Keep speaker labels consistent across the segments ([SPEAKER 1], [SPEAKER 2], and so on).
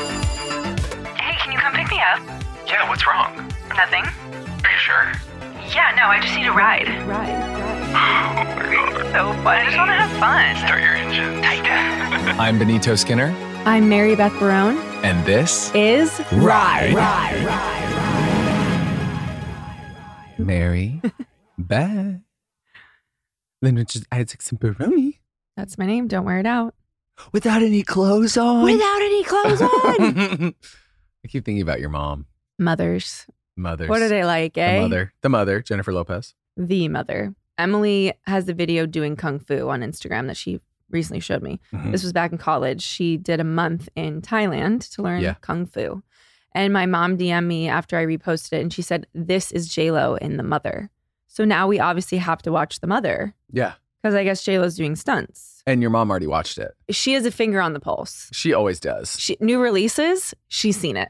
[SPEAKER 1] Hey, can you come pick me up?
[SPEAKER 2] Yeah, what's wrong?
[SPEAKER 1] Nothing?
[SPEAKER 2] Are you sure?
[SPEAKER 1] Yeah, no, I just need a ride.
[SPEAKER 2] Oh my god.
[SPEAKER 1] So fun. I just want to have fun.
[SPEAKER 2] Start your engine. Tight.
[SPEAKER 3] I'm Benito Skinner,
[SPEAKER 4] I'm Mary Beth Barone.
[SPEAKER 3] and this
[SPEAKER 4] Is
[SPEAKER 3] Ride. Mary Beth. Then we just add some pepperoni
[SPEAKER 4] that's my name? Don't wear it out.
[SPEAKER 3] without any clothes on.
[SPEAKER 4] any clothes
[SPEAKER 3] I keep thinking about your mom,
[SPEAKER 4] Mothers.
[SPEAKER 3] mother.
[SPEAKER 4] What are they like?
[SPEAKER 3] The
[SPEAKER 4] Eh?
[SPEAKER 3] mother, the mother, Jennifer Lopez.
[SPEAKER 4] The mother. Emily has the video doing kung fu on Instagram that she recently showed me.
[SPEAKER 3] Mhm.
[SPEAKER 4] This was back in college. She did a month in Thailand to learn
[SPEAKER 3] Yeah.
[SPEAKER 4] kung fu, and my mom DM'd me after I reposted it, and she said, "This is J Lo in the mother." So now we obviously have to watch the mother
[SPEAKER 3] Yeah,
[SPEAKER 4] because I guess J Lo's doing stunts.
[SPEAKER 3] and your mom already watched it.
[SPEAKER 4] She has a finger on the pulse.
[SPEAKER 3] She always does.
[SPEAKER 4] she, new releases, she's seen it.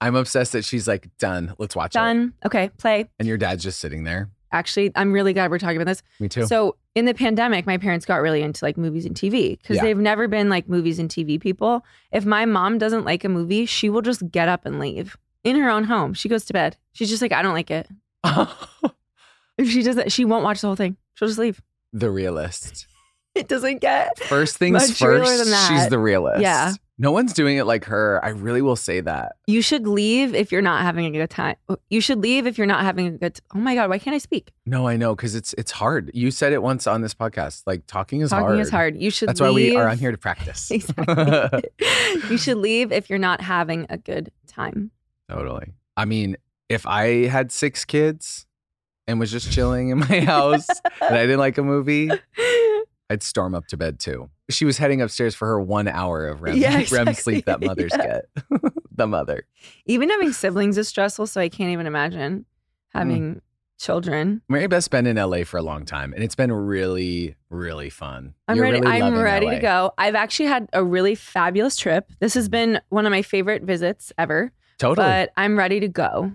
[SPEAKER 3] I'm obsessed that she's like done. Let's watch it.
[SPEAKER 4] Done. Okay, play.
[SPEAKER 3] And your dad's just sitting there.
[SPEAKER 4] Actually, I'm really glad we're talking about this.
[SPEAKER 3] Me too.
[SPEAKER 4] So, in the pandemic, my parents got really into like movies and TV because
[SPEAKER 3] Yeah.
[SPEAKER 4] they've never been like movies and TV people. If my mom doesn't like a movie, she will just get up and leave in her own home. She goes to bed. She's just like, I don't like it. If she doesn't, she won't watch the whole thing. She'll just leave.
[SPEAKER 3] the realist.
[SPEAKER 4] It doesn't get.
[SPEAKER 3] First things
[SPEAKER 4] Much realer
[SPEAKER 3] first,
[SPEAKER 4] than that.
[SPEAKER 3] she's the realist.
[SPEAKER 4] Yeah.
[SPEAKER 3] No one's doing it like her. I really will say that.
[SPEAKER 4] You should leave if you're not having a good time. You should leave if you're not having a good. oh my god, why can't I speak?
[SPEAKER 3] No, I know because it's it's hard. You said it once on this podcast. Like talking is
[SPEAKER 4] Talking
[SPEAKER 3] hard.
[SPEAKER 4] is hard. You should.
[SPEAKER 3] That's why we are
[SPEAKER 4] leave.
[SPEAKER 3] on here to practice.
[SPEAKER 4] Exactly. you should leave if you're not having a good time.
[SPEAKER 3] totally. I mean, if I had six kids and was just chilling in my house and I didn't like a movie, I'd storm up to bed too. She was heading upstairs for her one hour of REM,
[SPEAKER 4] Yeah,
[SPEAKER 3] REM sleep that
[SPEAKER 4] exactly.
[SPEAKER 3] mothers
[SPEAKER 4] Yeah.
[SPEAKER 3] get. the mother.
[SPEAKER 4] Even having siblings is stressful, so I can't even imagine having
[SPEAKER 3] Mm.
[SPEAKER 4] children.
[SPEAKER 3] Mary Beth's been in LA for a long time, and it's been really, really fun.
[SPEAKER 4] I'm
[SPEAKER 3] You're
[SPEAKER 4] ready.
[SPEAKER 3] really
[SPEAKER 4] I'm
[SPEAKER 3] loving
[SPEAKER 4] ready
[SPEAKER 3] LA.
[SPEAKER 4] to go. I've actually had a really fabulous trip. This has been one of my favorite visits ever.
[SPEAKER 3] Totally.
[SPEAKER 4] But I'm ready to go.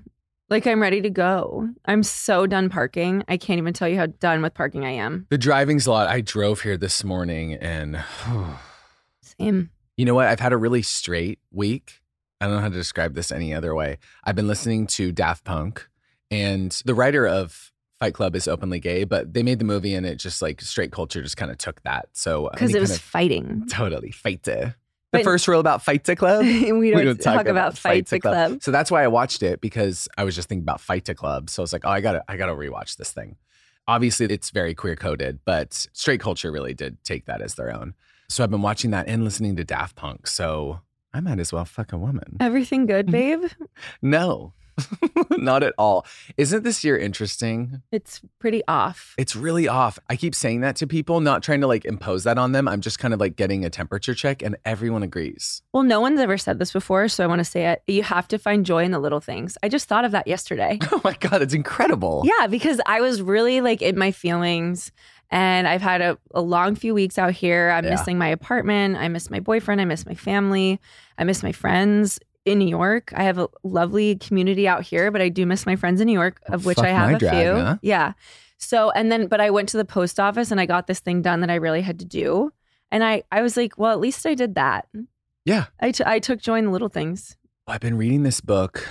[SPEAKER 4] Like I'm ready to go. I'm so done parking. I can't even tell you how done with parking I am.
[SPEAKER 3] the driving's a lot. I drove here this morning, and
[SPEAKER 4] Same.
[SPEAKER 3] you know what? I've had a really straight week. I don't know how to describe this any other way. I've been listening to Daft Punk, and the writer of Fight Club is openly gay, but they made the movie, and it just like straight culture just kind of took that. So
[SPEAKER 4] Because
[SPEAKER 3] any
[SPEAKER 4] it was
[SPEAKER 3] kind of-
[SPEAKER 4] fighting.
[SPEAKER 3] totally fighter. The
[SPEAKER 4] But-
[SPEAKER 3] first rule about Fighter Club.
[SPEAKER 4] we don't, talk, about, fight the
[SPEAKER 3] Fighter
[SPEAKER 4] club.
[SPEAKER 3] So that's why I watched it because I was just thinking about Fight to Club. So I was like, oh, I gotta, I gotta rewatch this thing. Obviously, it's very queer coded, but straight culture really did take that as their own. So I've been watching that and listening to Daft Punk. So I might as well fuck a woman.
[SPEAKER 4] Everything good, babe?
[SPEAKER 3] No, not at all. Isn't this year interesting?
[SPEAKER 4] It's pretty off.
[SPEAKER 3] It's really off. I keep saying that to people, not trying to like impose that on them. I'm just kind of like getting a temperature check, and everyone agrees.
[SPEAKER 4] Well, no one's ever said this before, so I want to say it. You have to find joy in the little things. I just thought of that yesterday.
[SPEAKER 3] Oh my God, it's incredible.
[SPEAKER 4] yeah, because I was really like in my feelings and I've had a, a long few weeks out here. I'm
[SPEAKER 3] Yeah.
[SPEAKER 4] missing my apartment. I miss my boyfriend. I miss my family. I miss my friends in New York. I have a lovely community out here, but I do miss my friends in New York, of which
[SPEAKER 3] Fuck
[SPEAKER 4] I have
[SPEAKER 3] my
[SPEAKER 4] a
[SPEAKER 3] drag,
[SPEAKER 4] few.
[SPEAKER 3] huh?
[SPEAKER 4] Yeah. So, and then, but I went to the post office and I got this thing done that I really had to do. And I, I was like, well, at least I did that.
[SPEAKER 3] Yeah.
[SPEAKER 4] I, t- I took joy in the little things.
[SPEAKER 3] I've been reading this book,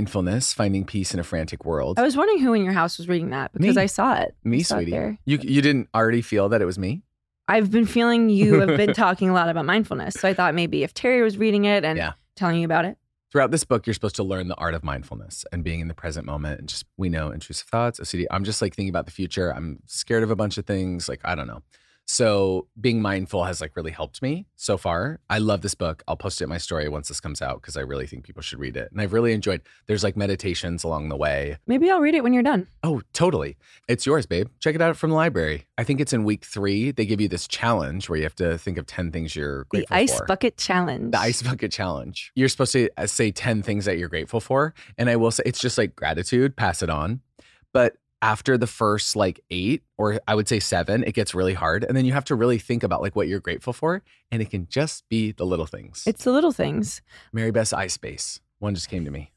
[SPEAKER 3] Mindfulness Finding Peace in a Frantic World.
[SPEAKER 4] I was wondering who in your house was reading that because
[SPEAKER 3] Me.
[SPEAKER 4] I saw it.
[SPEAKER 3] me,
[SPEAKER 4] I saw it
[SPEAKER 3] sweetie.
[SPEAKER 4] there.
[SPEAKER 3] You, you didn't already feel that it was me?
[SPEAKER 4] I've been feeling you have been talking a lot about mindfulness. So I thought maybe if Terry was reading it and
[SPEAKER 3] Yeah.
[SPEAKER 4] telling you about it.
[SPEAKER 3] Throughout this book, you're supposed to learn the art of mindfulness and being in the present moment. And just, we know intrusive thoughts, OCD. I'm just like thinking about the future. I'm scared of a bunch of things. Like, I don't know. So being mindful has like really helped me so far. I love this book. I'll post it in my story once this comes out because I really think people should read it. And I've really enjoyed, there's like meditations along the way.
[SPEAKER 4] Maybe I'll read it when you're done.
[SPEAKER 3] Oh, totally. It's yours, babe. Check it out from the library. I think it's in week three. They give you this challenge where you have to think of 10 things you're
[SPEAKER 4] The
[SPEAKER 3] grateful
[SPEAKER 4] ice
[SPEAKER 3] for.
[SPEAKER 4] bucket challenge.
[SPEAKER 3] The ice bucket challenge. You're supposed to uh, say 10 things that you're grateful for. And I will say it's just like gratitude, pass it on. But after the first like eight, or I would say seven, it gets really hard. And then you have to really think about like what you're grateful for. And it can just be the little things.
[SPEAKER 4] It's the little things.
[SPEAKER 3] Mary Beth's eye space. One just came to me.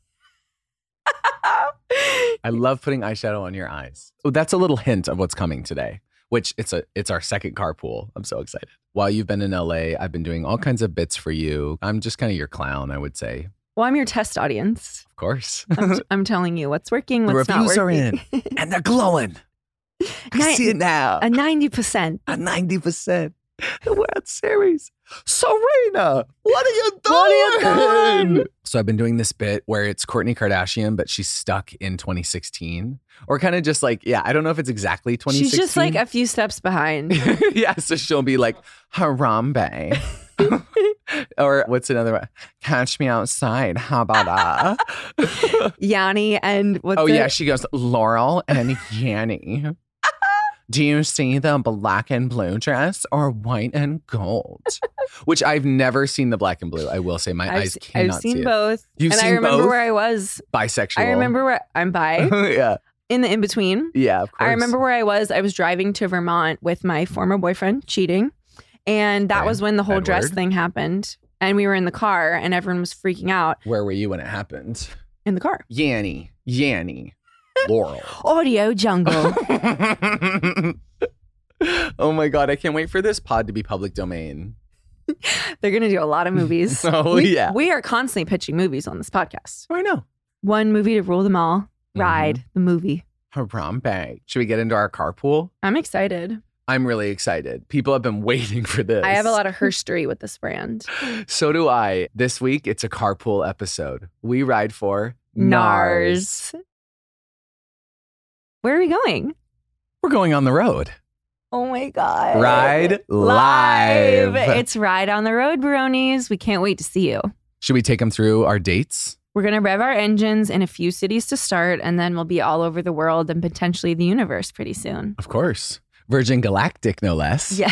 [SPEAKER 3] I love putting eyeshadow on your eyes. Oh, that's a little hint of what's coming today, which it's a it's our second carpool. I'm so excited. While you've been in LA, I've been doing all kinds of bits for you. I'm just kind of your clown, I would say.
[SPEAKER 4] Well, I'm your test audience.
[SPEAKER 3] Of course.
[SPEAKER 4] I'm, I'm telling you what's working,
[SPEAKER 3] The
[SPEAKER 4] what's not
[SPEAKER 3] reviews
[SPEAKER 4] working.
[SPEAKER 3] are in and they're glowing. I
[SPEAKER 4] Nine-
[SPEAKER 3] see it now.
[SPEAKER 4] A 90%.
[SPEAKER 3] A 90%. The World Series. Serena, what are you doing?
[SPEAKER 4] What are you doing?
[SPEAKER 3] So I've been doing this bit where it's Courtney Kardashian, but she's stuck in 2016. Or kind of just like, yeah, I don't know if it's exactly 2016.
[SPEAKER 4] She's just like a few steps behind.
[SPEAKER 3] yeah, so she'll be like Harambe. or what's another one? Catch me outside. How about that?
[SPEAKER 4] Yanni and what's
[SPEAKER 3] oh
[SPEAKER 4] it?
[SPEAKER 3] yeah, she goes Laurel and Yanni. Do you see the black and blue dress or white and gold? Which I've never seen the black and blue. I will say my
[SPEAKER 4] I've,
[SPEAKER 3] eyes
[SPEAKER 4] se- I've
[SPEAKER 3] cannot
[SPEAKER 4] seen
[SPEAKER 3] see it.
[SPEAKER 4] both.
[SPEAKER 3] You've
[SPEAKER 4] and I
[SPEAKER 3] seen
[SPEAKER 4] remember
[SPEAKER 3] both?
[SPEAKER 4] where I was.
[SPEAKER 3] Bisexual.
[SPEAKER 4] I remember where I'm by
[SPEAKER 3] yeah,
[SPEAKER 4] in the in between.
[SPEAKER 3] yeah. Of course.
[SPEAKER 4] I remember where I was. I was driving to Vermont with my former boyfriend, cheating. And that
[SPEAKER 3] Okay.
[SPEAKER 4] was when the whole
[SPEAKER 3] Bad
[SPEAKER 4] dress
[SPEAKER 3] word.
[SPEAKER 4] thing happened. And we were in the car and everyone was freaking out
[SPEAKER 3] Where were you when it happened?
[SPEAKER 4] in the car.
[SPEAKER 3] Yanni, Yanni, Laurel.
[SPEAKER 4] Audio jungle.
[SPEAKER 3] oh my god, I can't wait for this pod to be public domain.
[SPEAKER 4] They're going to do a lot of movies.
[SPEAKER 3] Oh,
[SPEAKER 4] we,
[SPEAKER 3] yeah.
[SPEAKER 4] We are constantly pitching movies on this podcast.
[SPEAKER 3] Oh, I know.
[SPEAKER 4] One movie to rule them all
[SPEAKER 3] Mm-hmm.
[SPEAKER 4] Ride, the movie.
[SPEAKER 3] Harambe. Should we get into our carpool?
[SPEAKER 4] I'm excited.
[SPEAKER 3] I'm really excited. People have been waiting for this.
[SPEAKER 4] I have a lot of herstory with this brand.
[SPEAKER 3] So do I. This week it's a carpool episode. We ride for
[SPEAKER 4] NARS. Where are we going?
[SPEAKER 3] We're going on the road.
[SPEAKER 4] Oh my God.
[SPEAKER 3] Ride live.
[SPEAKER 4] It's Ride on the Road, Baronies. We can't wait to see you.
[SPEAKER 3] Should we take them through our dates?
[SPEAKER 4] We're going to rev our engines in a few cities to start, and then we'll be all over the world and potentially the universe pretty soon.
[SPEAKER 3] Of course. Virgin Galactic, no less.
[SPEAKER 4] Yeah.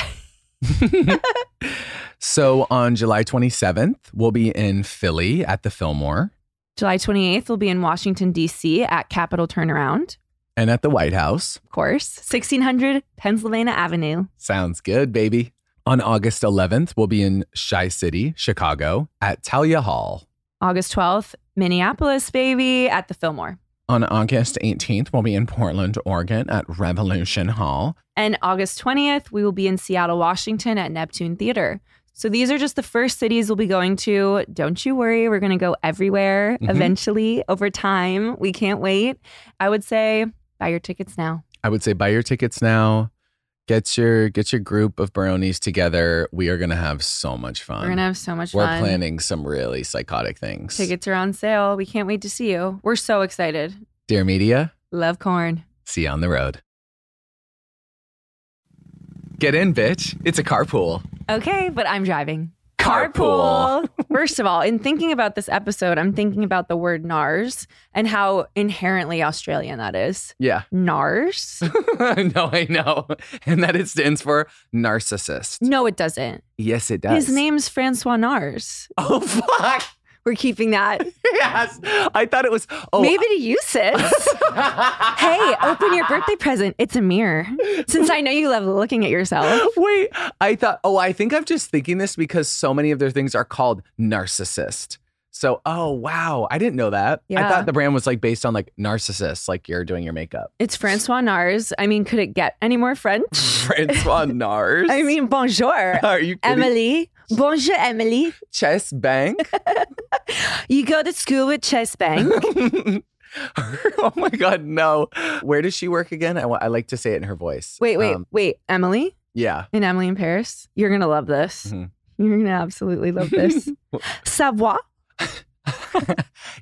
[SPEAKER 3] so on July 27th, we'll be in Philly at the Fillmore
[SPEAKER 4] July 28th, we'll be in Washington, D.C. at Capitol Turnaround,
[SPEAKER 3] and at the White House.
[SPEAKER 4] of course, 1600 Pennsylvania Avenue.
[SPEAKER 3] Sounds good, baby. On August 11th, we'll be in Shy City, Chicago at Talia Hall.
[SPEAKER 4] August 12th, Minneapolis, baby, at the Fillmore.
[SPEAKER 3] On August 18th, we'll be in Portland, Oregon at Revolution Hall.
[SPEAKER 4] And August 20th, we will be in Seattle, Washington at Neptune Theater. So these are just the first cities we'll be going to. Don't you worry, we're going to go everywhere
[SPEAKER 3] Mhm.
[SPEAKER 4] eventually over time. We can't wait. I would say buy your tickets now.
[SPEAKER 3] I would say buy your tickets now. Get your get your group of baronies together. We are gonna have so much fun.
[SPEAKER 4] We're going to have so much
[SPEAKER 3] We're
[SPEAKER 4] fun.
[SPEAKER 3] planning some really psychotic things.
[SPEAKER 4] Tickets are on sale. We can't wait to see you. We're so excited.
[SPEAKER 3] Dear media,
[SPEAKER 4] Love corn.
[SPEAKER 3] see you on the road. Get in, bitch. It's a carpool.
[SPEAKER 4] Okay, but I'm driving.
[SPEAKER 3] Carpool.
[SPEAKER 4] First of all, in thinking about this episode, I'm thinking about the word NARS and how inherently Australian that is.
[SPEAKER 3] Yeah.
[SPEAKER 4] NARS?
[SPEAKER 3] no, I know. And that it stands for narcissist.
[SPEAKER 4] No, it doesn't.
[SPEAKER 3] Yes, it does.
[SPEAKER 4] His name's Francois Nars.
[SPEAKER 3] Oh fuck.
[SPEAKER 4] We're keeping that.
[SPEAKER 3] Yes. I thought it was oh
[SPEAKER 4] Maybe to you, sis. hey, open your birthday present. It's a mirror. Since I know you love looking at yourself.
[SPEAKER 3] Wait, I thought, oh, I think I'm just thinking this because so many of their things are called narcissist. So, oh, wow. I didn't know that. I
[SPEAKER 4] Yeah.
[SPEAKER 3] thought the brand was like based on like narcissists, like you're doing your makeup.
[SPEAKER 4] It's Francois Nars. I mean, could it get any more French?
[SPEAKER 3] Francois Nars.
[SPEAKER 4] I mean, bonjour,
[SPEAKER 3] are you kidding?
[SPEAKER 4] Emily. Bonjour, Emily.
[SPEAKER 3] Chess Bank?
[SPEAKER 4] You go to school with Chess Bank.
[SPEAKER 3] oh my God, no. Where does she work again? I, wa- I like to say it in her voice.
[SPEAKER 4] Wait, wait,
[SPEAKER 3] Um,
[SPEAKER 4] wait. Emily?
[SPEAKER 3] Yeah.
[SPEAKER 4] in Emily in Paris. You're gonna love this.
[SPEAKER 3] Mhm.
[SPEAKER 4] You're gonna absolutely love this. Savoir.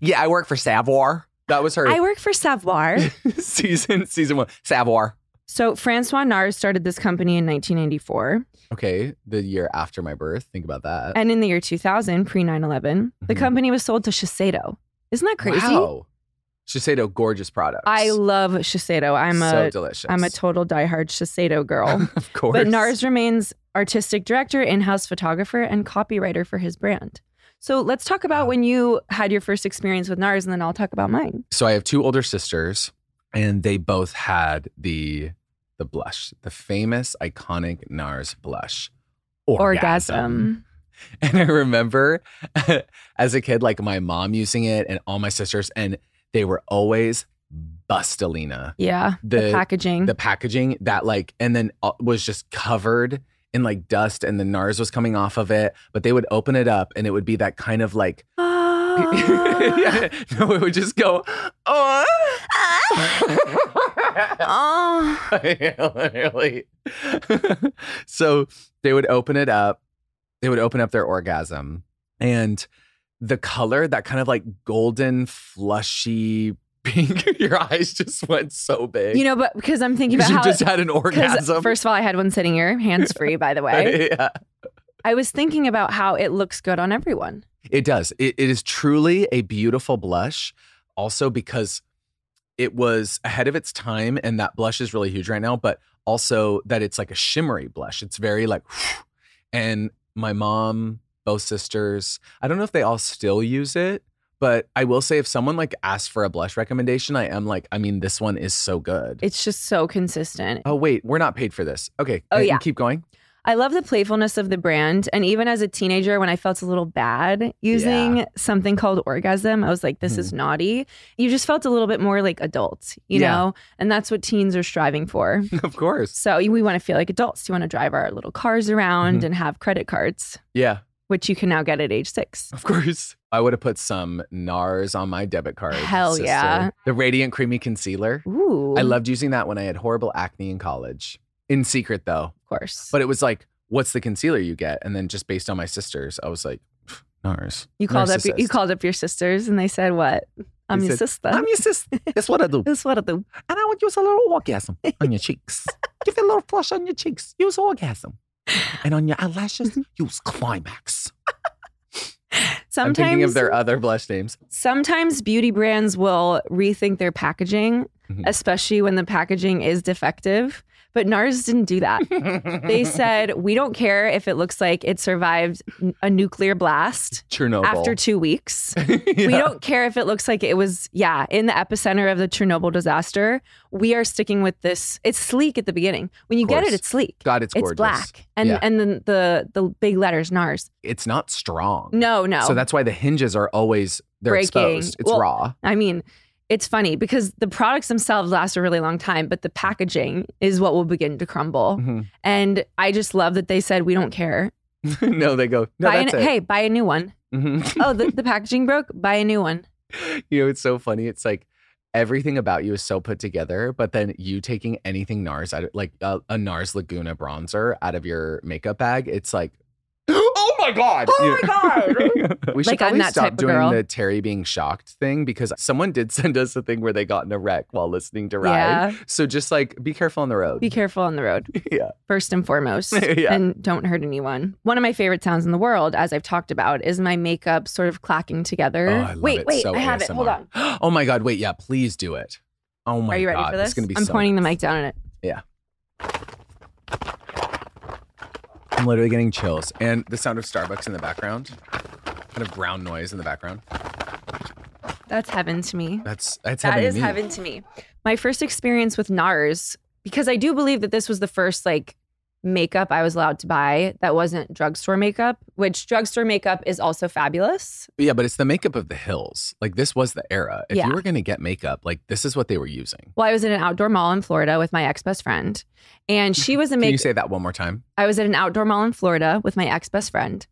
[SPEAKER 3] yeah, I work for Savoir. That was her
[SPEAKER 4] I work for Savoir.
[SPEAKER 3] season season one. Savoir.
[SPEAKER 4] so Francois Nars started this company in 1994,
[SPEAKER 3] Okay, the year after my birth. Think about that.
[SPEAKER 4] and in the year 2000, pre 9/11, the
[SPEAKER 3] Mhm.
[SPEAKER 4] company was sold to Shiseido. Isn't that crazy?
[SPEAKER 3] Wow. Shiseido, gorgeous products.
[SPEAKER 4] I love Shiseido. I'm
[SPEAKER 3] so
[SPEAKER 4] a
[SPEAKER 3] delicious.
[SPEAKER 4] am a total diehard Shiseido girl.
[SPEAKER 3] of course.
[SPEAKER 4] but Nars remains artistic director, in-house photographer, and copywriter for his brand. So let's talk about when you had your first experience with Nars, and then I'll talk about mine.
[SPEAKER 3] So I have two older sisters, and they both had the the blush, the famous iconic NARS blush. And I remember as a kid, like my mom using it and all my sisters, and they were always bustelina.
[SPEAKER 4] Yeah. The,
[SPEAKER 3] The-
[SPEAKER 4] packaging.
[SPEAKER 3] The packaging that like, and then uh, was just covered in like dust and the NARS was coming off of it, but they would open it up and it would be that kind of like,
[SPEAKER 4] Ah.
[SPEAKER 3] Yeah. no, it would just go, oh.
[SPEAKER 4] oh.
[SPEAKER 3] Literally. so they would open it up. They would open up their orgasm. And the color, that kind of like golden, flushy pink, your eyes just went so big.
[SPEAKER 4] You know, but because I'm thinking about
[SPEAKER 3] you
[SPEAKER 4] how.
[SPEAKER 3] just had an
[SPEAKER 4] 'cause
[SPEAKER 3] orgasm.
[SPEAKER 4] first of all, I had one sitting here, hands free, by the way.
[SPEAKER 3] yeah.
[SPEAKER 4] I was thinking about how it looks good on everyone.
[SPEAKER 3] It does. It, it is truly a beautiful blush. Also, because it was ahead of its time, and that blush is really huge right now, but also that it's like a shimmery blush. It's very like, and my mom, both sisters, I don't know if they all still use it, but I will say if someone like asks for a blush recommendation, I am like, I mean, this one is so good.
[SPEAKER 4] It's just so consistent.
[SPEAKER 3] oh, wait, we're not paid for this. Okay.
[SPEAKER 4] Oh,
[SPEAKER 3] I can
[SPEAKER 4] yeah.
[SPEAKER 3] Keep going.
[SPEAKER 4] I love the playfulness of the brand. And even as a teenager, when I felt a little bad using something called orgasm, I was like, this is naughty. You just felt a little bit more like adult, you
[SPEAKER 3] Hmm. Yeah.
[SPEAKER 4] know? And that's what teens are striving for.
[SPEAKER 3] of course.
[SPEAKER 4] So we want to feel like adults. You want to drive our little cars around
[SPEAKER 3] Mm-hmm.
[SPEAKER 4] and have credit cards,
[SPEAKER 3] Yeah.
[SPEAKER 4] which you can now get at age six.
[SPEAKER 3] Of course. I would have put some NARS on my debit card.
[SPEAKER 4] Hell yeah.
[SPEAKER 3] The Radiant Creamy Concealer.
[SPEAKER 4] Ooh,
[SPEAKER 3] I loved using that when I had horrible acne in college. In secret, though.
[SPEAKER 4] of course.
[SPEAKER 3] But it was like, what's the concealer you get? And then just based on my sisters, I was like, "Pff, NARS.
[SPEAKER 4] you called up
[SPEAKER 3] Narcissist.
[SPEAKER 4] you called up your sisters and they said what? I'm
[SPEAKER 3] They
[SPEAKER 4] your
[SPEAKER 3] said,
[SPEAKER 4] sister.
[SPEAKER 3] I'm your sister. That's what I do.
[SPEAKER 4] That's what I do.
[SPEAKER 3] And I would use a little orgasm on your cheeks. Give it a little flush on your cheeks. Use orgasm. And on your eyelashes,
[SPEAKER 4] Mm-hmm.
[SPEAKER 3] use climax.
[SPEAKER 4] Sometimes
[SPEAKER 3] I'm thinking of their other blush names.
[SPEAKER 4] sometimes beauty brands will rethink their packaging,
[SPEAKER 3] Mhm.
[SPEAKER 4] especially when the packaging is defective. But NARS didn't do that. they said, we don't care if it looks like it survived n- a nuclear blast
[SPEAKER 3] Chernobyl.
[SPEAKER 4] after two weeks.
[SPEAKER 3] Yeah.
[SPEAKER 4] We don't care if it looks like it was, yeah, in the epicenter of the Chernobyl disaster. We are sticking with this. It's sleek at the beginning. When you
[SPEAKER 3] Of
[SPEAKER 4] get it,
[SPEAKER 3] course.
[SPEAKER 4] it's sleek.
[SPEAKER 3] God, it's
[SPEAKER 4] it's
[SPEAKER 3] gorgeous.
[SPEAKER 4] black. And
[SPEAKER 3] Yeah.
[SPEAKER 4] and then the the big letters NARS.
[SPEAKER 3] it's not strong.
[SPEAKER 4] No, no.
[SPEAKER 3] So that's why the hinges are always they're
[SPEAKER 4] Breaking.
[SPEAKER 3] exposed. It's
[SPEAKER 4] Well-
[SPEAKER 3] raw.
[SPEAKER 4] I mean, it's funny because the products themselves last a really long time, but the packaging is what will begin to crumble.
[SPEAKER 3] Mm. Mm-hmm.
[SPEAKER 4] And I just love that they said we don't care.
[SPEAKER 3] no, they go. No,
[SPEAKER 4] buy
[SPEAKER 3] that's
[SPEAKER 4] an,
[SPEAKER 3] it.
[SPEAKER 4] Hey, buy a new one.
[SPEAKER 3] Mhm.
[SPEAKER 4] Oh, the, the packaging broke. Buy a new one.
[SPEAKER 3] you know, it's so funny. It's like everything about you is so put together, but then you taking anything NARS out, of, like a, a NARS Laguna bronzer out of your makeup bag, it's like. Oh my god! Oh my god! we should
[SPEAKER 4] Like, I'm
[SPEAKER 3] probably
[SPEAKER 4] that type
[SPEAKER 3] stop
[SPEAKER 4] of
[SPEAKER 3] doing
[SPEAKER 4] girl.
[SPEAKER 3] the Terry being shocked thing because someone did send us a thing where they got in a wreck while listening to Ride.
[SPEAKER 4] Yeah.
[SPEAKER 3] So just like be careful on the road.
[SPEAKER 4] Be careful on the road.
[SPEAKER 3] Yeah.
[SPEAKER 4] First and foremost.
[SPEAKER 3] Yeah.
[SPEAKER 4] And don't hurt anyone. One of my favorite sounds in the world, as I've talked about, is my makeup sort of clacking together.
[SPEAKER 3] Oh, I love
[SPEAKER 4] wait,
[SPEAKER 3] it.
[SPEAKER 4] wait,
[SPEAKER 3] so
[SPEAKER 4] I have it. Hold on.
[SPEAKER 3] ASMR. Oh my god, wait, yeah, please do it. Oh my
[SPEAKER 4] Are you ready
[SPEAKER 3] god,
[SPEAKER 4] for
[SPEAKER 3] this
[SPEAKER 4] this?
[SPEAKER 3] is gonna be.
[SPEAKER 4] I'm
[SPEAKER 3] so
[SPEAKER 4] pointing
[SPEAKER 3] good.
[SPEAKER 4] the mic down at it.
[SPEAKER 3] I'm literally getting chills, and the sound of Starbucks in the background, kind of brown noise in the background.
[SPEAKER 4] That's heaven to me.
[SPEAKER 3] That's that's
[SPEAKER 4] That
[SPEAKER 3] heaven to
[SPEAKER 4] is
[SPEAKER 3] me.
[SPEAKER 4] heaven to me. My first experience with NARS, because I do believe that this was the first like makeup I was allowed to buy that wasn't drugstore makeup, which drugstore makeup is also fabulous.
[SPEAKER 3] Yeah, but it's the makeup of the hills. Like this was the era. If
[SPEAKER 4] Yeah.
[SPEAKER 3] you were gonna get makeup, like this is what they were using.
[SPEAKER 4] Well, I was at an outdoor mall in Florida with my ex best friend, and she was a
[SPEAKER 3] Can you
[SPEAKER 4] make.
[SPEAKER 3] say that one more time?
[SPEAKER 4] I was at an outdoor mall in Florida with my ex best friend,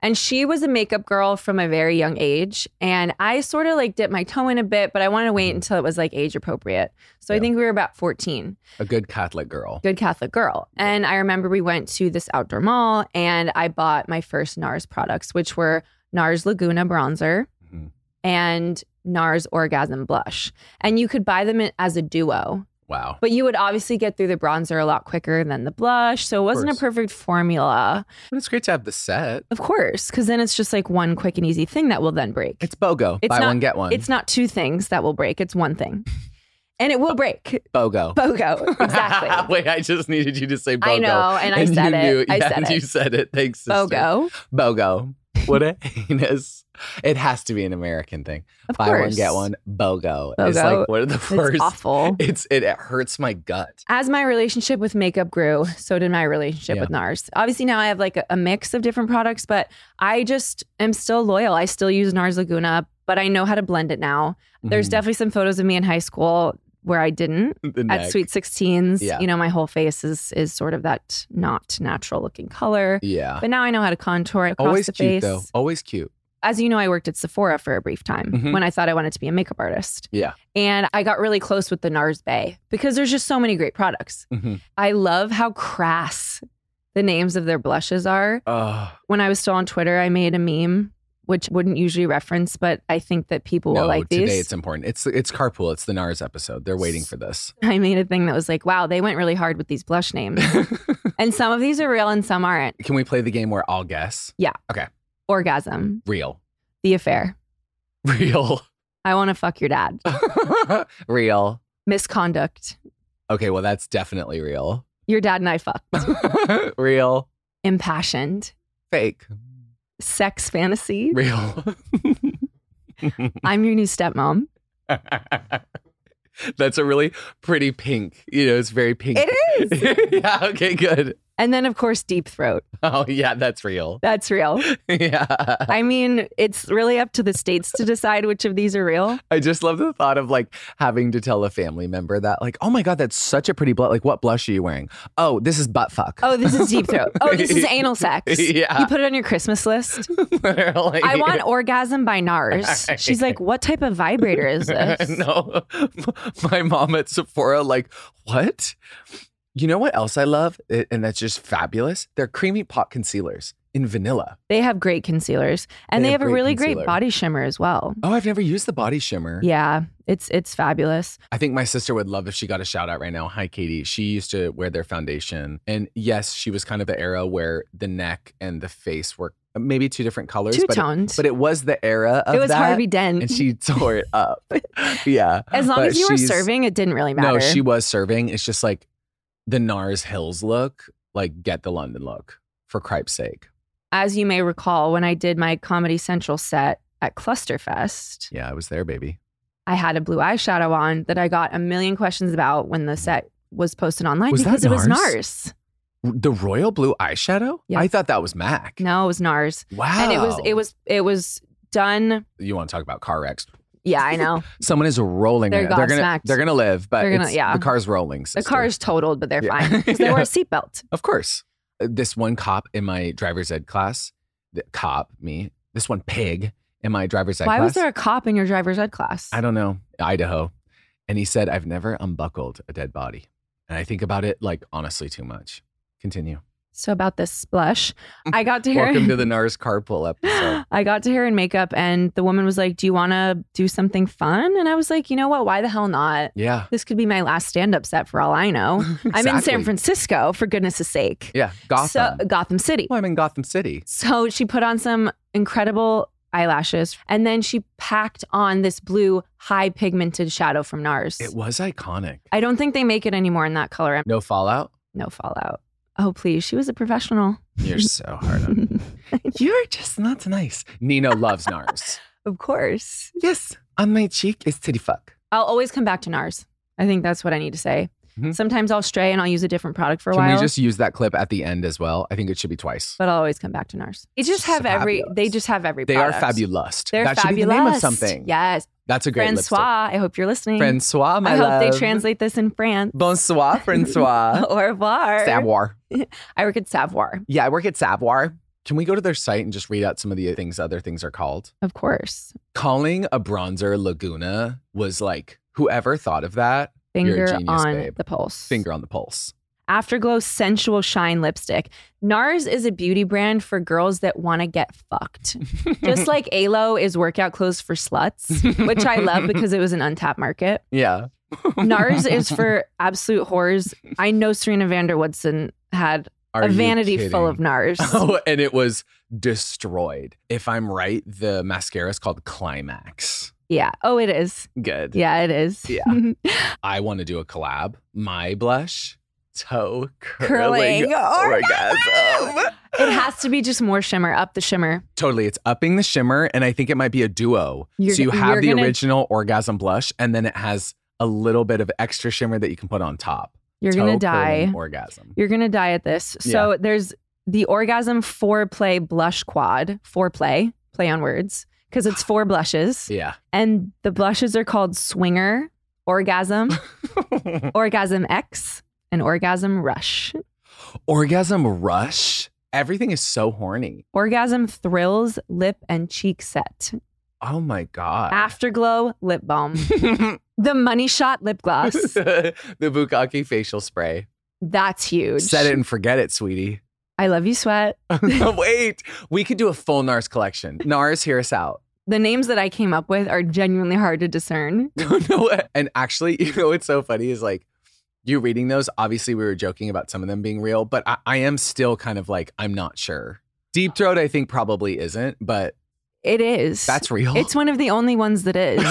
[SPEAKER 4] And she was a makeup girl from a very young age. And I sort of like dipped my toe in a bit, but I wanted to wait until it was like age appropriate. So I
[SPEAKER 3] Yeah.
[SPEAKER 4] think we were about 14
[SPEAKER 3] A good Catholic girl.
[SPEAKER 4] good Catholic girl. And I remember we went to this outdoor mall and I bought my first NARS products, which were NARS Laguna Bronzer
[SPEAKER 3] Mhm.
[SPEAKER 4] and NARS Orgasm Blush. And you could buy them in- as a duo,
[SPEAKER 3] Wow.
[SPEAKER 4] but you would obviously get through the bronzer a lot quicker than the blush. So it wasn't a
[SPEAKER 3] course.
[SPEAKER 4] perfect formula,
[SPEAKER 3] But it's great to have the set.
[SPEAKER 4] of course, because then it's just like one quick and easy thing that will then break.
[SPEAKER 3] It's BOGO.
[SPEAKER 4] It's
[SPEAKER 3] Buy
[SPEAKER 4] not-
[SPEAKER 3] one, get one.
[SPEAKER 4] It's not two things that will break, it's one thing. And it will break.
[SPEAKER 3] BOGO.
[SPEAKER 4] BOGO. Exactly.
[SPEAKER 3] Wait, I just needed you to say BOGO.
[SPEAKER 4] I know, and I said
[SPEAKER 3] you
[SPEAKER 4] it.
[SPEAKER 3] knew-
[SPEAKER 4] I
[SPEAKER 3] yeah,
[SPEAKER 4] said
[SPEAKER 3] and
[SPEAKER 4] it.
[SPEAKER 3] You said it. Thanks, sister.
[SPEAKER 4] BOGO.
[SPEAKER 3] BOGO. What a heinous. It has to be an American thing.
[SPEAKER 4] Of
[SPEAKER 3] Buy
[SPEAKER 4] course.
[SPEAKER 3] one, get one. BOGO. It's
[SPEAKER 4] BOGO.
[SPEAKER 3] like one of the
[SPEAKER 4] It's
[SPEAKER 3] first.
[SPEAKER 4] awful.
[SPEAKER 3] It's it, it hurts my gut.
[SPEAKER 4] as my relationship with makeup grew, so did my relationship
[SPEAKER 3] Yeah.
[SPEAKER 4] with NARS. Obviously, now I have like a, a mix of different products, but I just am still loyal. I still use NARS Laguna, but I know how to blend it now. There's
[SPEAKER 3] Mhm.
[SPEAKER 4] definitely some photos of me in high school where I didn't
[SPEAKER 3] the
[SPEAKER 4] at
[SPEAKER 3] neck.
[SPEAKER 4] sweet 16s.
[SPEAKER 3] Yeah.
[SPEAKER 4] You know, my whole face is is sort of that not natural looking color.
[SPEAKER 3] Yeah.
[SPEAKER 4] But now I know how to contour it across
[SPEAKER 3] Always
[SPEAKER 4] the
[SPEAKER 3] cute
[SPEAKER 4] face.
[SPEAKER 3] though. Always cute.
[SPEAKER 4] As you know, I worked at Sephora for a brief time
[SPEAKER 3] Mhm.
[SPEAKER 4] when I thought I wanted to be a makeup artist.
[SPEAKER 3] Yeah.
[SPEAKER 4] And I got really close with the NARS Bay because there's just so many great products.
[SPEAKER 3] Mhm.
[SPEAKER 4] I love how crass the names of their blushes are.
[SPEAKER 3] Ugh.
[SPEAKER 4] When I was still on Twitter, I made a meme, which wouldn't usually reference, but I think that people
[SPEAKER 3] no,
[SPEAKER 4] will like
[SPEAKER 3] today
[SPEAKER 4] these.
[SPEAKER 3] it's important. It's it's carpool. It's the NARS episode. They're waiting for this.
[SPEAKER 4] I made a thing that was like, wow, they went really hard with these blush names. and some of these are real and some aren't.
[SPEAKER 3] Can we play the game where I'll guess?
[SPEAKER 4] Orgasm,
[SPEAKER 3] Real.
[SPEAKER 4] The Affair,
[SPEAKER 3] Real.
[SPEAKER 4] I Want to Fuck Your Dad,
[SPEAKER 3] real.
[SPEAKER 4] Misconduct,
[SPEAKER 3] Okay, well that's definitely real.
[SPEAKER 4] Your Dad and I Fucked,
[SPEAKER 3] real.
[SPEAKER 4] Impassioned,
[SPEAKER 3] Fake.
[SPEAKER 4] Sex Fantasy,
[SPEAKER 3] Real.
[SPEAKER 4] I'm Your New Stepmom.
[SPEAKER 3] that's a really pretty pink. You know, it's very pink.
[SPEAKER 4] It is.
[SPEAKER 3] yeah, okay, good.
[SPEAKER 4] And then, of course, Deep Throat.
[SPEAKER 3] Oh, yeah, that's real.
[SPEAKER 4] That's real.
[SPEAKER 3] yeah.
[SPEAKER 4] I mean, it's really up to the states to decide which of these are real.
[SPEAKER 3] I just love the thought of like having to tell a family member that, like, oh my God, that's such a pretty blush. Like, what blush are you wearing? Oh, this is butt fuck.
[SPEAKER 4] Oh, this is deep throat. Oh, this is anal sex.
[SPEAKER 3] Yeah.
[SPEAKER 4] You put it on your Christmas list.
[SPEAKER 3] Literally.
[SPEAKER 4] I want orgasm by NARS. She's like, what type of vibrator is this?
[SPEAKER 3] no. My mom at Sephora, like, what? You know what else I love? It- and that's just fabulous? They're creamy pot concealers in vanilla.
[SPEAKER 4] They have great concealers, and
[SPEAKER 3] They
[SPEAKER 4] they,
[SPEAKER 3] have
[SPEAKER 4] have, a
[SPEAKER 3] great
[SPEAKER 4] really
[SPEAKER 3] concealer.
[SPEAKER 4] great body shimmer as well.
[SPEAKER 3] Oh, I've never used the body shimmer.
[SPEAKER 4] Yeah, it's it's fabulous.
[SPEAKER 3] I think my sister would love if she got a shout out right now. Hi, Katie. She used to wear their foundation. And yes, she was kind of the era where the neck and the face were uh, maybe two different colors,
[SPEAKER 4] Two
[SPEAKER 3] but, it,
[SPEAKER 4] toned.
[SPEAKER 3] but it was the era of
[SPEAKER 4] It was
[SPEAKER 3] that,
[SPEAKER 4] Harvey Dent.
[SPEAKER 3] And she tore it up. yeah.
[SPEAKER 4] as long
[SPEAKER 3] But
[SPEAKER 4] as you were
[SPEAKER 3] she's-
[SPEAKER 4] serving, it didn't really matter.
[SPEAKER 3] No, she was serving. It's just like the NARS Hills look, like get the London look for cripe's sake.
[SPEAKER 4] as you may recall, when I did my Comedy Central set at Clusterfest,
[SPEAKER 3] Yeah, I was there, baby.
[SPEAKER 4] I had a blue eyeshadow on that I got a million questions about when the set was posted online
[SPEAKER 3] Was that
[SPEAKER 4] because it was
[SPEAKER 3] NARS?
[SPEAKER 4] NARS.
[SPEAKER 3] The royal blue eyeshadow?
[SPEAKER 4] Yeah.
[SPEAKER 3] I thought that was MAC.
[SPEAKER 4] No, it was NARS,
[SPEAKER 3] Wow.
[SPEAKER 4] and it was it was it was done.
[SPEAKER 3] You want to talk about car wrecks?
[SPEAKER 4] Yeah, I know
[SPEAKER 3] Someone is rolling.
[SPEAKER 4] They're
[SPEAKER 3] right now. they're gonna
[SPEAKER 4] gobsmacked.
[SPEAKER 3] they're gonna live, but
[SPEAKER 4] They're gonna-
[SPEAKER 3] it's-
[SPEAKER 4] yeah.
[SPEAKER 3] the car's rolling.
[SPEAKER 4] the
[SPEAKER 3] sister.
[SPEAKER 4] car's totaled, but they're
[SPEAKER 3] Yeah.
[SPEAKER 4] fine because they wore
[SPEAKER 3] Yeah.
[SPEAKER 4] a seatbelt.
[SPEAKER 3] of course. Uh, This one cop in my driver's ed class, the cop me. This one pig in my driver's ed
[SPEAKER 4] Why
[SPEAKER 3] class.
[SPEAKER 4] was there a cop in your driver's ed class?
[SPEAKER 3] I don't know, Idaho, and he said, "I've never unbuckled a dead body," and I think about it like honestly too much. Continue.
[SPEAKER 4] So about this blush, I got to hear.
[SPEAKER 3] Welcome to the NARS carpool episode.
[SPEAKER 4] I got to her in makeup, and the woman was like, "Do you want to do something fun?" And I was like, "You know what? Why the hell not?
[SPEAKER 3] Yeah.
[SPEAKER 4] This could be my last stand-up set for all I know. I'm in San
[SPEAKER 3] Exactly.
[SPEAKER 4] Francisco, for goodness' sake.
[SPEAKER 3] Yeah, Gotham.
[SPEAKER 4] So Gotham City.
[SPEAKER 3] well, I'm in Gotham City.
[SPEAKER 4] So she put on some incredible eyelashes, and then she packed on this blue, high pigmented shadow from NARS.
[SPEAKER 3] It was iconic.
[SPEAKER 4] I don't think they make it anymore in that color.
[SPEAKER 3] No fallout.
[SPEAKER 4] No fallout. Oh please, she was a professional.
[SPEAKER 3] You're so hard on You're just not nice. Nino loves NARS.
[SPEAKER 4] of course.
[SPEAKER 3] yes, on my cheek is titty fuck.
[SPEAKER 4] I'll always come back to NARS. I think that's what I need to say.
[SPEAKER 3] Mhm.
[SPEAKER 4] Sometimes I'll stray and I'll use a different product for a
[SPEAKER 3] Can
[SPEAKER 4] while,
[SPEAKER 3] we just use that clip at the end as well? I think it should be twice.
[SPEAKER 4] but I'll always come back to NARS. They just
[SPEAKER 3] So
[SPEAKER 4] have every.
[SPEAKER 3] fabulous.
[SPEAKER 4] They just have every.
[SPEAKER 3] They are
[SPEAKER 4] product.
[SPEAKER 3] fabulous.
[SPEAKER 4] They're
[SPEAKER 3] that
[SPEAKER 4] fabulous.
[SPEAKER 3] should be the name of something.
[SPEAKER 4] Yes,
[SPEAKER 3] That's a great
[SPEAKER 4] Francois. I hope you're listening.
[SPEAKER 3] lipstick. Francois, my
[SPEAKER 4] Mm. I hope they
[SPEAKER 3] love.
[SPEAKER 4] translate this in France.
[SPEAKER 3] Bonsoir, Francois.
[SPEAKER 4] Au revoir.
[SPEAKER 3] Savoir.
[SPEAKER 4] I work at Savoir.
[SPEAKER 3] Yeah, I work at Savoir. Can we go to their site and just read out some of the things other things are called?
[SPEAKER 4] Of course.
[SPEAKER 3] Calling a bronzer Laguna was like, whoever thought of that, You're
[SPEAKER 4] Finger
[SPEAKER 3] a genius,
[SPEAKER 4] on
[SPEAKER 3] babe.
[SPEAKER 4] the pulse.
[SPEAKER 3] finger on the pulse.
[SPEAKER 4] Afterglow Sensual Shine Lipstick. NARS is a beauty brand for girls that want to get fucked. Just like ALO is workout clothes for sluts, which I love because it was an untapped market.
[SPEAKER 3] Yeah.
[SPEAKER 4] NARS is for absolute whores. I know Serena Vanderwoodson had
[SPEAKER 3] Are
[SPEAKER 4] a
[SPEAKER 3] you
[SPEAKER 4] vanity full
[SPEAKER 3] kidding?
[SPEAKER 4] of NARS.
[SPEAKER 3] Oh, and it was destroyed. If I'm right, the mascara is called Climax.
[SPEAKER 4] Yeah. Oh, it is.
[SPEAKER 3] Good.
[SPEAKER 4] Yeah, it is.
[SPEAKER 3] Yeah. I want to do a collab. My blush, toe curling,
[SPEAKER 4] Curling
[SPEAKER 3] orgasm.
[SPEAKER 4] it has to be just more shimmer, up the shimmer.
[SPEAKER 3] Totally. It's upping the shimmer, and I think it might be a duo.
[SPEAKER 4] You're-
[SPEAKER 3] so you have
[SPEAKER 4] you're
[SPEAKER 3] the
[SPEAKER 4] gonna-
[SPEAKER 3] original orgasm blush, and then it has a little bit of extra shimmer that you can put on top.
[SPEAKER 4] You're going to
[SPEAKER 3] Toe
[SPEAKER 4] die.
[SPEAKER 3] curling Orgasm.
[SPEAKER 4] You're gonna die at this. So there's the orgasm foreplay blush quad, foreplay, play on words, because it's four blushes.
[SPEAKER 3] yeah.
[SPEAKER 4] And the blushes are called swinger, orgasm, orgasm X, and orgasm rush.
[SPEAKER 3] orgasm rush. Everything is so horny.
[SPEAKER 4] Orgasm thrills, lip and cheek set.
[SPEAKER 3] Oh my God.
[SPEAKER 4] Afterglow, lip balm. the money shot lip gloss.
[SPEAKER 3] the Bukaki facial spray.
[SPEAKER 4] That's huge.
[SPEAKER 3] Set it and forget it, sweetie.
[SPEAKER 4] I love you, sweat.
[SPEAKER 3] Wait, we could do a full NARS collection. NARS, hear us out.
[SPEAKER 4] The names that I came up with are genuinely hard to discern.
[SPEAKER 3] No, and actually, you know what's so funny is like you reading those. Obviously, we were joking about some of them being real, but I, I am still kind of like I'm not sure. Deep throat, I think probably isn't, but
[SPEAKER 4] It is.
[SPEAKER 3] that's real.
[SPEAKER 4] It's one of the only ones that is.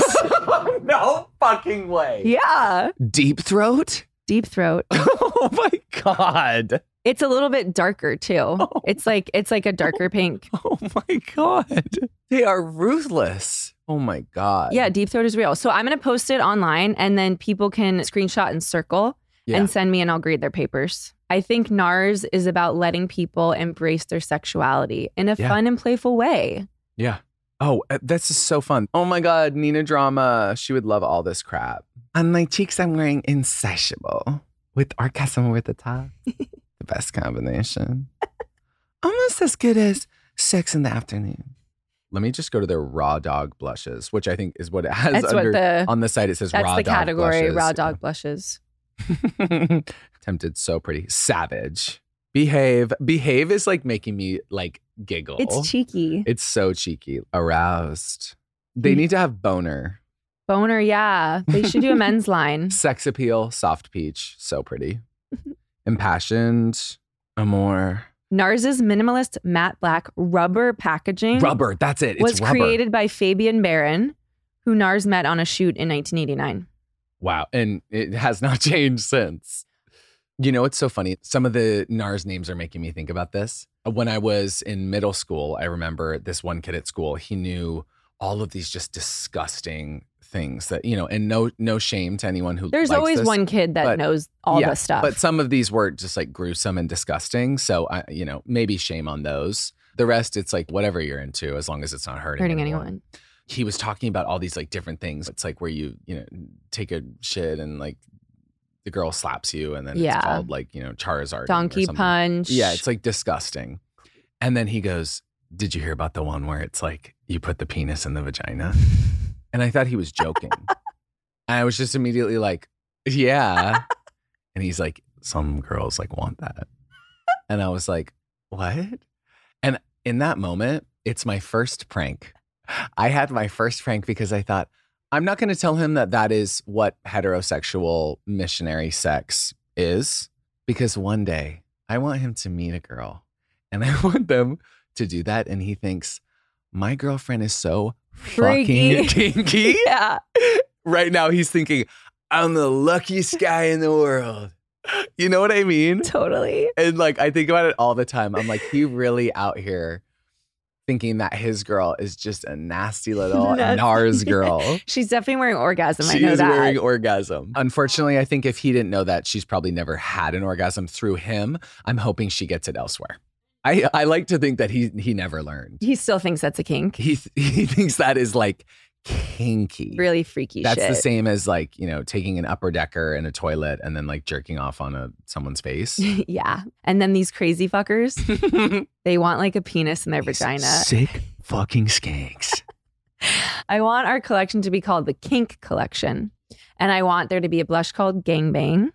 [SPEAKER 3] no fucking way.
[SPEAKER 4] yeah.
[SPEAKER 3] Deep throat.
[SPEAKER 4] Deep throat.
[SPEAKER 3] oh my god.
[SPEAKER 4] It's a little bit darker too.
[SPEAKER 3] Oh.
[SPEAKER 4] It's like it's like a darker pink.
[SPEAKER 3] Oh my god. They are ruthless. Oh my god.
[SPEAKER 4] Yeah, deep throat is real. So I'm gonna post it online and then people can screenshot and circle
[SPEAKER 3] Yeah.
[SPEAKER 4] and send me and I'll grade their papers. I think NARS is about letting people embrace their sexuality in a
[SPEAKER 3] Yeah.
[SPEAKER 4] fun and playful way.
[SPEAKER 3] Yeah. Oh, uh, this is so fun. Oh my God, Nina Drama. She would love all this crap. On my cheeks, I'm wearing insatiable with orgasm over the top. the best combination. Almost as good as sex in the afternoon. Let me just go to their raw dog blushes, which I think is what it has
[SPEAKER 4] That's
[SPEAKER 3] under,
[SPEAKER 4] what the
[SPEAKER 3] on the site. It says
[SPEAKER 4] that's
[SPEAKER 3] raw
[SPEAKER 4] the
[SPEAKER 3] dog
[SPEAKER 4] category,
[SPEAKER 3] blushes.
[SPEAKER 4] raw dog blushes.
[SPEAKER 3] Tempted so pretty. Savage. Behave. Behave is like making me like giggle.
[SPEAKER 4] It's cheeky.
[SPEAKER 3] It's so cheeky. Aroused. They
[SPEAKER 4] Mm-hmm.
[SPEAKER 3] need to have boner.
[SPEAKER 4] Boner, yeah. They should do a men's line.
[SPEAKER 3] Sex appeal, soft peach, so pretty.
[SPEAKER 4] Mm-hmm.
[SPEAKER 3] Impassioned, amour.
[SPEAKER 4] NARS's minimalist matte black rubber packaging
[SPEAKER 3] Rubber, that's it. It's
[SPEAKER 4] Mm-hmm. was
[SPEAKER 3] rubber.
[SPEAKER 4] created by Fabian Baron, who NARS met on a shoot in 1989.
[SPEAKER 3] Wow. And it has not changed since. You know, it's so funny. Some of the NARS names are making me think about this. When I was in middle school, I remember this one kid at school, he knew all of these just disgusting things that, you know, and no no shame to anyone who
[SPEAKER 4] There's
[SPEAKER 3] likes
[SPEAKER 4] always
[SPEAKER 3] this.
[SPEAKER 4] one kid that
[SPEAKER 3] but-
[SPEAKER 4] knows all
[SPEAKER 3] Yeah,
[SPEAKER 4] the stuff.
[SPEAKER 3] But some of these were just like gruesome and disgusting. So I, you know, maybe shame on those. The rest, it's like whatever you're into, as long as it's not hurting,
[SPEAKER 4] hurting anyone.
[SPEAKER 3] He was talking about all these like different things. It's like where you, you know, take a shit and like the girl slaps you, and then
[SPEAKER 4] Yeah.
[SPEAKER 3] it's called like you know Charizard, or
[SPEAKER 4] Donkey
[SPEAKER 3] something.
[SPEAKER 4] punch.
[SPEAKER 3] Yeah, it's like disgusting. And then he goes, "Did you hear about the one where it's like you put the penis in the vagina?" And I thought he was joking. and I was just immediately like, "Yeah." and he's like, "Some girls like want that." And I was like, "What?" And in that moment, it's my first prank. I had my first prank because I thought, I'm not going to tell him that that is what heterosexual missionary sex is because one day I want him to meet a girl and I want them to do that. And he thinks, my girlfriend is so
[SPEAKER 4] Freaky.
[SPEAKER 3] fucking kinky.
[SPEAKER 4] yeah.
[SPEAKER 3] Right now, he's thinking, I'm the luckiest guy in the world. You know what I mean?
[SPEAKER 4] Totally.
[SPEAKER 3] And like, I think about it all the time. I'm like, he really out here thinking that his girl is just a nasty little
[SPEAKER 4] Nasty.
[SPEAKER 3] NARS girl.
[SPEAKER 4] She's definitely wearing orgasm. I
[SPEAKER 3] She
[SPEAKER 4] know
[SPEAKER 3] is
[SPEAKER 4] that.
[SPEAKER 3] wearing orgasm. Unfortunately, I think if he didn't know that, she's probably never had an orgasm through him. I'm hoping she gets it elsewhere. I, I like to think that he he never learned.
[SPEAKER 4] he still thinks that's a kink.
[SPEAKER 3] He th- he thinks that is like kinky.
[SPEAKER 4] Really freaky
[SPEAKER 3] That's
[SPEAKER 4] shit.
[SPEAKER 3] the same as like, you know, taking an upper decker in a toilet and then like jerking off on a someone's face.
[SPEAKER 4] yeah. And then these crazy fuckers, they want like a penis in their
[SPEAKER 3] These
[SPEAKER 4] vagina.
[SPEAKER 3] Sick fucking skanks.
[SPEAKER 4] I want our collection to be called the Kink Collection. And I want there to be a blush called Gangbang.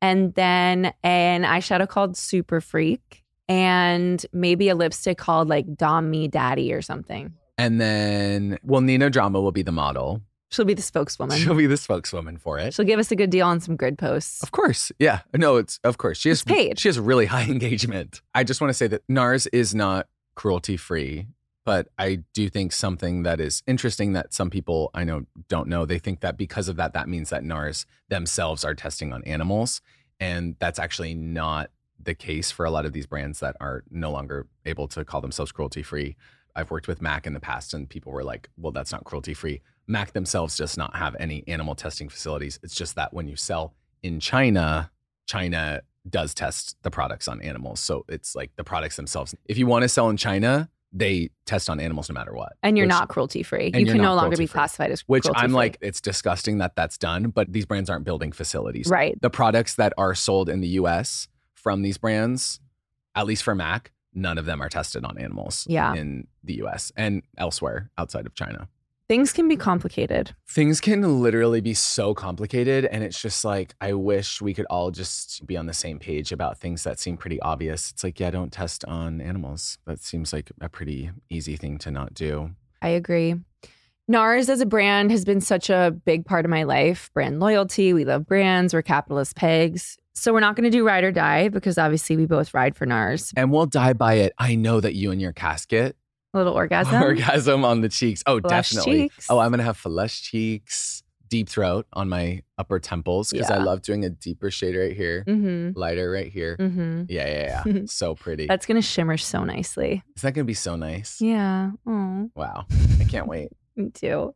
[SPEAKER 4] And then an eyeshadow called Super Freak. And maybe a lipstick called like Dom Me Daddy or something.
[SPEAKER 3] and then, well, Nina Drama will be the model.
[SPEAKER 4] She'll be the spokeswoman.
[SPEAKER 3] She'll
[SPEAKER 4] She'll,
[SPEAKER 3] be the spokeswoman for it.
[SPEAKER 4] give us a good deal on some grid posts.
[SPEAKER 3] Of course. Yeah. No, it's of course. She has
[SPEAKER 4] It's paid.
[SPEAKER 3] she has really high engagement. I just want to say that NARS is not cruelty free, but I do think something that is interesting that some people I know don't know, they think that because of that that means that NARS themselves are testing on animals and that's actually not the case for a lot of these brands that are no longer able to call themselves cruelty free. I've worked with Mac in the past and people were like, "Well, that's not cruelty free." Mac themselves does not have any animal testing facilities. It's just that when you sell in China, China does test the products on animals. So it's like the products themselves. If you want to sell in China, they test on animals no matter what.
[SPEAKER 4] And you're
[SPEAKER 3] which-
[SPEAKER 4] not cruelty free.
[SPEAKER 3] and
[SPEAKER 4] You
[SPEAKER 3] you're
[SPEAKER 4] can
[SPEAKER 3] not
[SPEAKER 4] no longer be
[SPEAKER 3] cruelty-free.
[SPEAKER 4] classified as
[SPEAKER 3] Which I'm
[SPEAKER 4] cruelty-free.
[SPEAKER 3] like, it's disgusting that that's done, but these brands aren't building facilities.
[SPEAKER 4] right.
[SPEAKER 3] The products that are sold in the US from these brands, at least for Mac, none of them are tested on animals
[SPEAKER 4] Yeah.
[SPEAKER 3] in the US and elsewhere outside of China.
[SPEAKER 4] Things can be complicated.
[SPEAKER 3] Things can literally be so complicated. And it's just like, I wish we could all just be on the same page about things that seem pretty obvious. It's like, yeah, don't test on animals. That seems like a pretty easy thing to not do.
[SPEAKER 4] I agree. NARS as a brand has been such a big part of my life. Brand loyalty. We love brands. We're capitalist pigs. So we're not going to do ride or die because obviously we both ride for NARS.
[SPEAKER 3] And we'll die by it. I know that you and your casket
[SPEAKER 4] A little orgasm.
[SPEAKER 3] orgasm on the cheeks. Oh,
[SPEAKER 4] Flush
[SPEAKER 3] definitely.
[SPEAKER 4] cheeks.
[SPEAKER 3] Oh, I'm going to have flush cheeks, deep throat on my upper temples because I
[SPEAKER 4] Yeah.
[SPEAKER 3] love doing a deeper shade right here,
[SPEAKER 4] Mm-hmm.
[SPEAKER 3] lighter right here.
[SPEAKER 4] Mm-hmm.
[SPEAKER 3] Yeah, yeah, yeah. so pretty.
[SPEAKER 4] That's going to shimmer so nicely.
[SPEAKER 3] Is that going to be so nice?
[SPEAKER 4] Yeah. Oh,
[SPEAKER 3] Wow. I can't wait.
[SPEAKER 4] me too.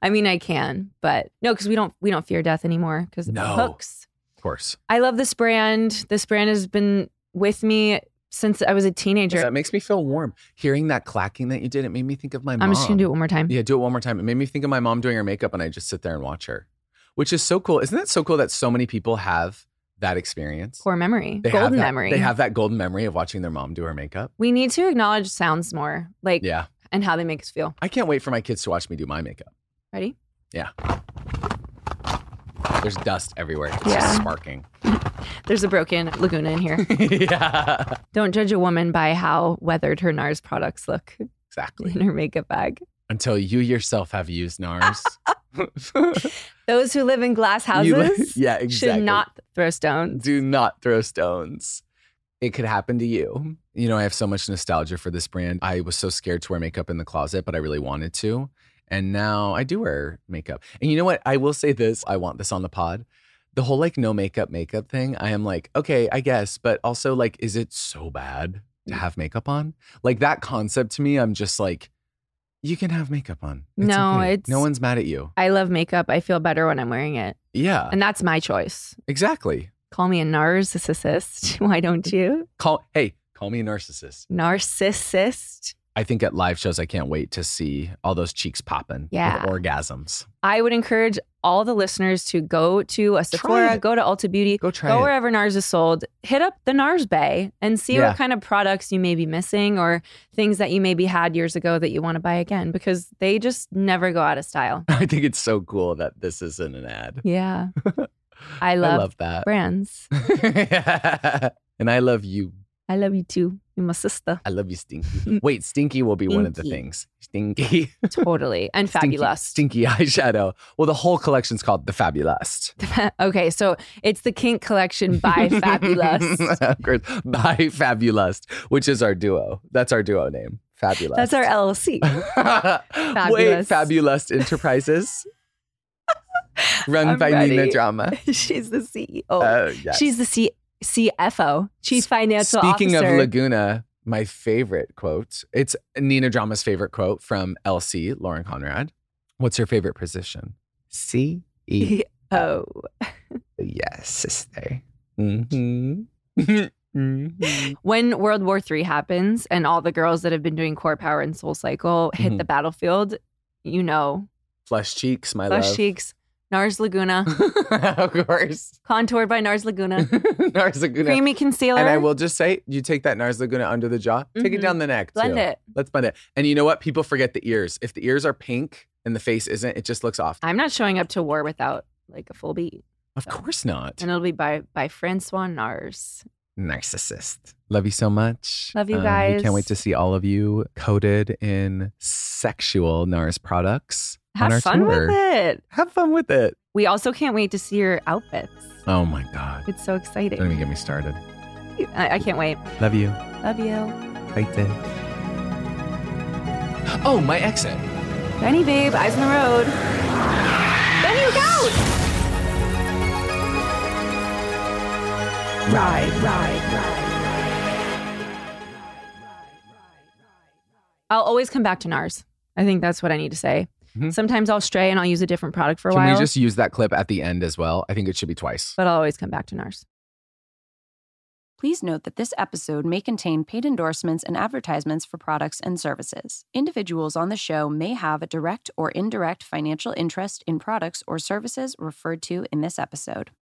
[SPEAKER 4] I mean, I can, but no, because we don't we don't fear death anymore because of
[SPEAKER 3] No.
[SPEAKER 4] hooks.
[SPEAKER 3] Of course.
[SPEAKER 4] I love this brand. This brand has been with me since I was a teenager.
[SPEAKER 3] That makes me feel warm. Hearing that clacking that you did, it made me think of my mom.
[SPEAKER 4] I'm just gonna do it one more time.
[SPEAKER 3] Yeah, do it one more time. It made me think of my mom doing her makeup, and I just sit there and watch her, which is so cool. Isn't that so cool that so many people have that experience?
[SPEAKER 4] Core memory,
[SPEAKER 3] They have
[SPEAKER 4] golden
[SPEAKER 3] that-
[SPEAKER 4] memory.
[SPEAKER 3] They have that golden memory of watching their mom do her makeup.
[SPEAKER 4] we need to acknowledge sounds more, like
[SPEAKER 3] Yeah.
[SPEAKER 4] and how they make us feel.
[SPEAKER 3] I can't wait for my kids to watch me do my makeup.
[SPEAKER 4] Ready?
[SPEAKER 3] There's dust everywhere. It's just
[SPEAKER 4] Yeah.
[SPEAKER 3] sparking.
[SPEAKER 4] There's a broken Laguna in here.
[SPEAKER 3] yeah.
[SPEAKER 4] Don't judge a woman by how weathered her NARS products look in
[SPEAKER 3] Exactly.
[SPEAKER 4] her makeup bag.
[SPEAKER 3] Until you yourself have used NARS.
[SPEAKER 4] Those who live in glass
[SPEAKER 3] You-
[SPEAKER 4] houses
[SPEAKER 3] yeah, exactly.
[SPEAKER 4] should not throw stones.
[SPEAKER 3] do not throw stones. It could happen to you. You know, I have so much nostalgia for this brand. I was so scared to wear makeup in the closet, but I really wanted to. And now I do wear makeup. And you know what? I will say this I want this on the pod. The whole like no makeup makeup thing, I am like, okay, I guess, but also like, is it so bad to have makeup on? Like that concept to me, I'm just like, you can have makeup on.
[SPEAKER 4] No,
[SPEAKER 3] okay.
[SPEAKER 4] it's-
[SPEAKER 3] no one's mad at you.
[SPEAKER 4] I love makeup. I feel better when I'm wearing it,
[SPEAKER 3] Yeah,
[SPEAKER 4] and that's my choice.
[SPEAKER 3] exactly.
[SPEAKER 4] Call me a narcissist. Why don't you?
[SPEAKER 3] Call hey, call me a narcissist.
[SPEAKER 4] Narcissist.
[SPEAKER 3] I think at live shows, I can't wait to see all those cheeks popping.
[SPEAKER 4] Yeah.
[SPEAKER 3] With orgasms.
[SPEAKER 4] I would encourage all the listeners to go to a Sephora,
[SPEAKER 3] it.
[SPEAKER 4] go to Ulta Beauty,
[SPEAKER 3] Go try
[SPEAKER 4] go
[SPEAKER 3] it.
[SPEAKER 4] wherever NARS is sold. Hit up the NARS Bay and see
[SPEAKER 3] Yeah.
[SPEAKER 4] what kind of products you may be missing or things that you maybe had years ago that you want to buy again because they just never go out of style.
[SPEAKER 3] I think it's so cool that this isn't an ad.
[SPEAKER 4] Yeah. I love,
[SPEAKER 3] that.
[SPEAKER 4] brands.
[SPEAKER 3] and I love you.
[SPEAKER 4] I love you too. You're my sister.
[SPEAKER 3] I love you, Stinky. Wait, Stinky will be one of the
[SPEAKER 4] Stinky.
[SPEAKER 3] things. Stinky.
[SPEAKER 4] Totally. And fabulous.
[SPEAKER 3] Stinky, stinky eyeshadow. Well, the whole collection's called The Fabulous.
[SPEAKER 4] Uh, okay. So it's the Kink Collection by Fabulous.
[SPEAKER 3] of course. By Fabulous, which is our duo. That's our duo name. Fabulous.
[SPEAKER 4] That's our LLC.
[SPEAKER 3] Wait,
[SPEAKER 4] Fabulous.
[SPEAKER 3] Fabulous Enterprises. Run
[SPEAKER 4] I'm
[SPEAKER 3] by Nina
[SPEAKER 4] ready.
[SPEAKER 3] Drama.
[SPEAKER 4] She's the CEO.
[SPEAKER 3] Oh, yes.
[SPEAKER 4] She's the C- CFO, Chief Financial
[SPEAKER 3] Speaking
[SPEAKER 4] Officer.
[SPEAKER 3] of Laguna, my favorite quote. It's Nina Drama's favorite quote from LC, Lauren Conrad. What's your favorite position? C E.
[SPEAKER 4] oh,
[SPEAKER 3] yes, sister. Mm-hmm. mm-hmm.
[SPEAKER 4] when World War III happens and all the girls that have been doing Core Power and Soul Cycle hit
[SPEAKER 3] Mhm.
[SPEAKER 4] the battlefield, you know
[SPEAKER 3] Flush cheeks, my
[SPEAKER 4] Flush
[SPEAKER 3] love.
[SPEAKER 4] cheeks. NARS Laguna.
[SPEAKER 3] of course.
[SPEAKER 4] Contoured by NARS Laguna.
[SPEAKER 3] Nars Laguna.
[SPEAKER 4] Creamy concealer.
[SPEAKER 3] And I will just say, you take that Nars Laguna under the jaw, take it
[SPEAKER 4] Mhm.
[SPEAKER 3] down the neck.
[SPEAKER 4] blend
[SPEAKER 3] too.
[SPEAKER 4] it.
[SPEAKER 3] Let's blend it. And you know what? People forget the ears. If the ears are pink and the face isn't, it just looks off.
[SPEAKER 4] I'm not showing up to war without like a full beat.
[SPEAKER 3] Of course not.
[SPEAKER 4] And it'll be by by Francois Nars.
[SPEAKER 3] Narcissist. Love you so much.
[SPEAKER 4] Love you
[SPEAKER 3] Um,
[SPEAKER 4] guys.
[SPEAKER 3] we can't wait to see all of you coated in sexual NARS products. on our
[SPEAKER 4] Have fun
[SPEAKER 3] tour.
[SPEAKER 4] with it.
[SPEAKER 3] Have fun with it.
[SPEAKER 4] We also can't wait to see your outfits.
[SPEAKER 3] Oh my God.
[SPEAKER 4] It's so exciting.
[SPEAKER 3] Don't even get me started.
[SPEAKER 4] I, I can't wait.
[SPEAKER 3] Love you.
[SPEAKER 4] Love you.
[SPEAKER 3] Right there. Oh, my exit.
[SPEAKER 4] Benny, babe, eyes on the road. Benny, look out!
[SPEAKER 3] Right.
[SPEAKER 4] I'll always come back to NARS. I think that's what I need to say.
[SPEAKER 3] Mhm.
[SPEAKER 4] Sometimes I'll stray and I'll use a different product for a
[SPEAKER 3] Can
[SPEAKER 4] while,
[SPEAKER 3] we just use that clip at the end as well? I think it should be twice.
[SPEAKER 4] but I'll always come back to NARS.
[SPEAKER 5] Please note that this episode may contain paid endorsements and advertisements for products and services. Individuals on the show may have a direct or indirect financial interest in products or services referred to in this episode.